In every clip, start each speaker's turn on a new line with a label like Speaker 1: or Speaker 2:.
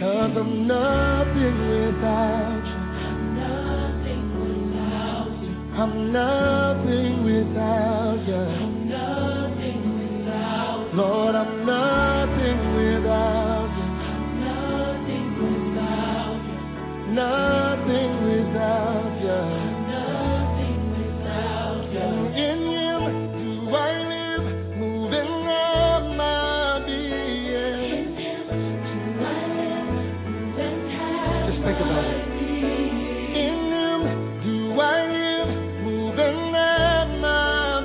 Speaker 1: Cause I'm nothing without you. I'm nothing without you. Lord, I'm nothing without you. Nothing without you. In you do I live, moving up my being. Just think about it. In him do I live, moving up my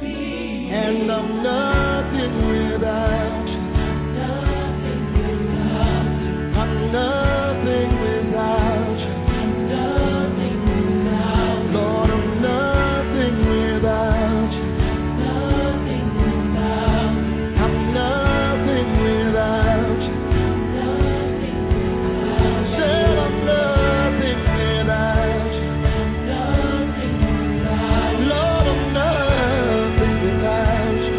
Speaker 1: being. And I'm nothing without you. I'm nothing without you. Lord, I'm nothing without you. I'm nothing without you. Said I'm nothing without you. Lord, I'm nothing without you.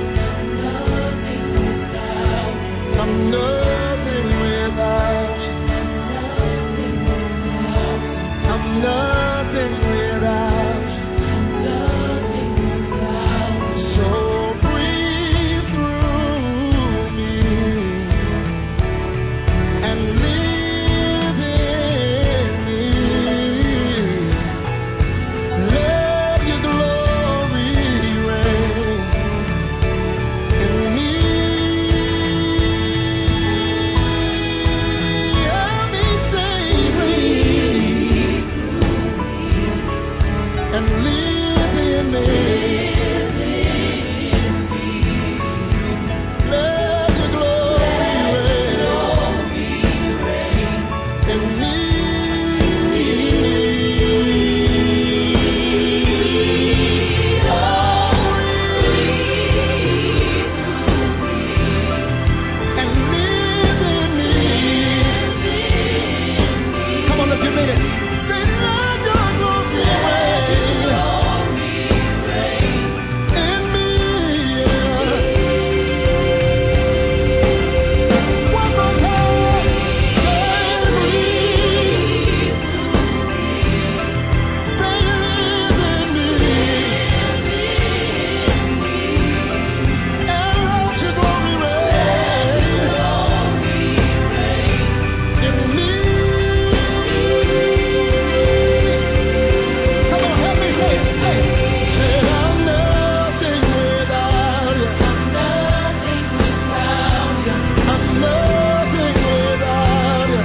Speaker 1: I'm nothing without you. I'm nothing without you. So breathe through me. and live in me. Let your glory reign in me. Help me sing free and live in me. Let your glory reign in me. and live in me. Come on, let's get it. Say, let your glory reign in me. yeah. One more time. Say, breathe. Say, live in me. And let your glory reign in me. Come on, help me say it. Say it. Said I'm nothing without you. I'm nothing without you. I'm nothing without you.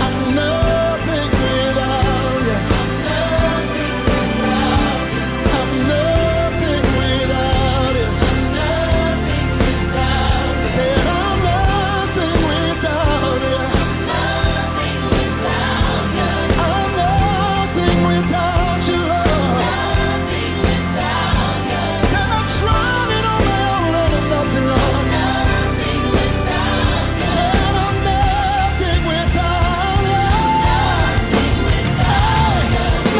Speaker 1: I'm nothing without you. Said I'm nothing without you. I'm nothing without you, Lord. Said I'm striving on my own and nothing wrong. Said I'm nothing without you.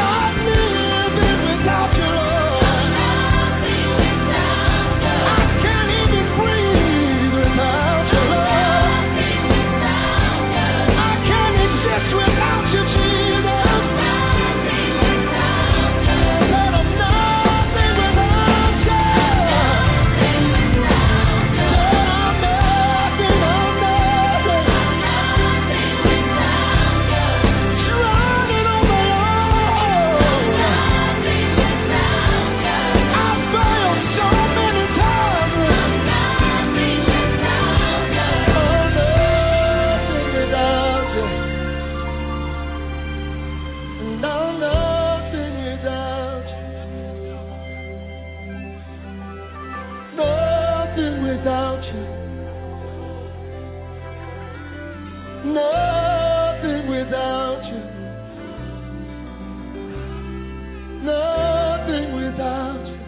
Speaker 1: Not living without you, Lord. I can't even breathe without you, Lord. I can't exist without you, Jesus. Said I'm nothing without you. Said I'm nothing, I'm nothing. Running on my own. I failed so many times. I'm nothing without you. And I'm nothing without you. Nothing without you. Nothing without you. Nothing without you.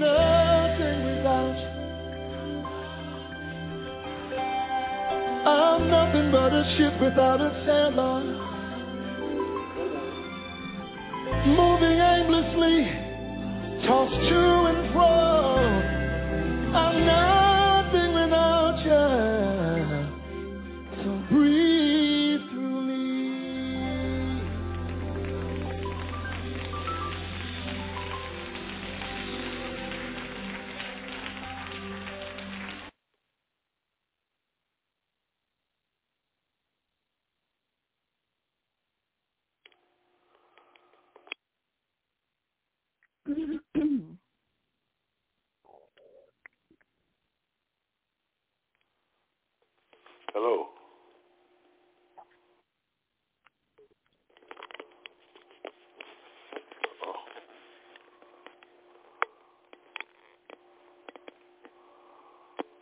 Speaker 1: Nothing without you. I'm nothing but a ship without a sailor. moving aimlessly, tossed to and fro.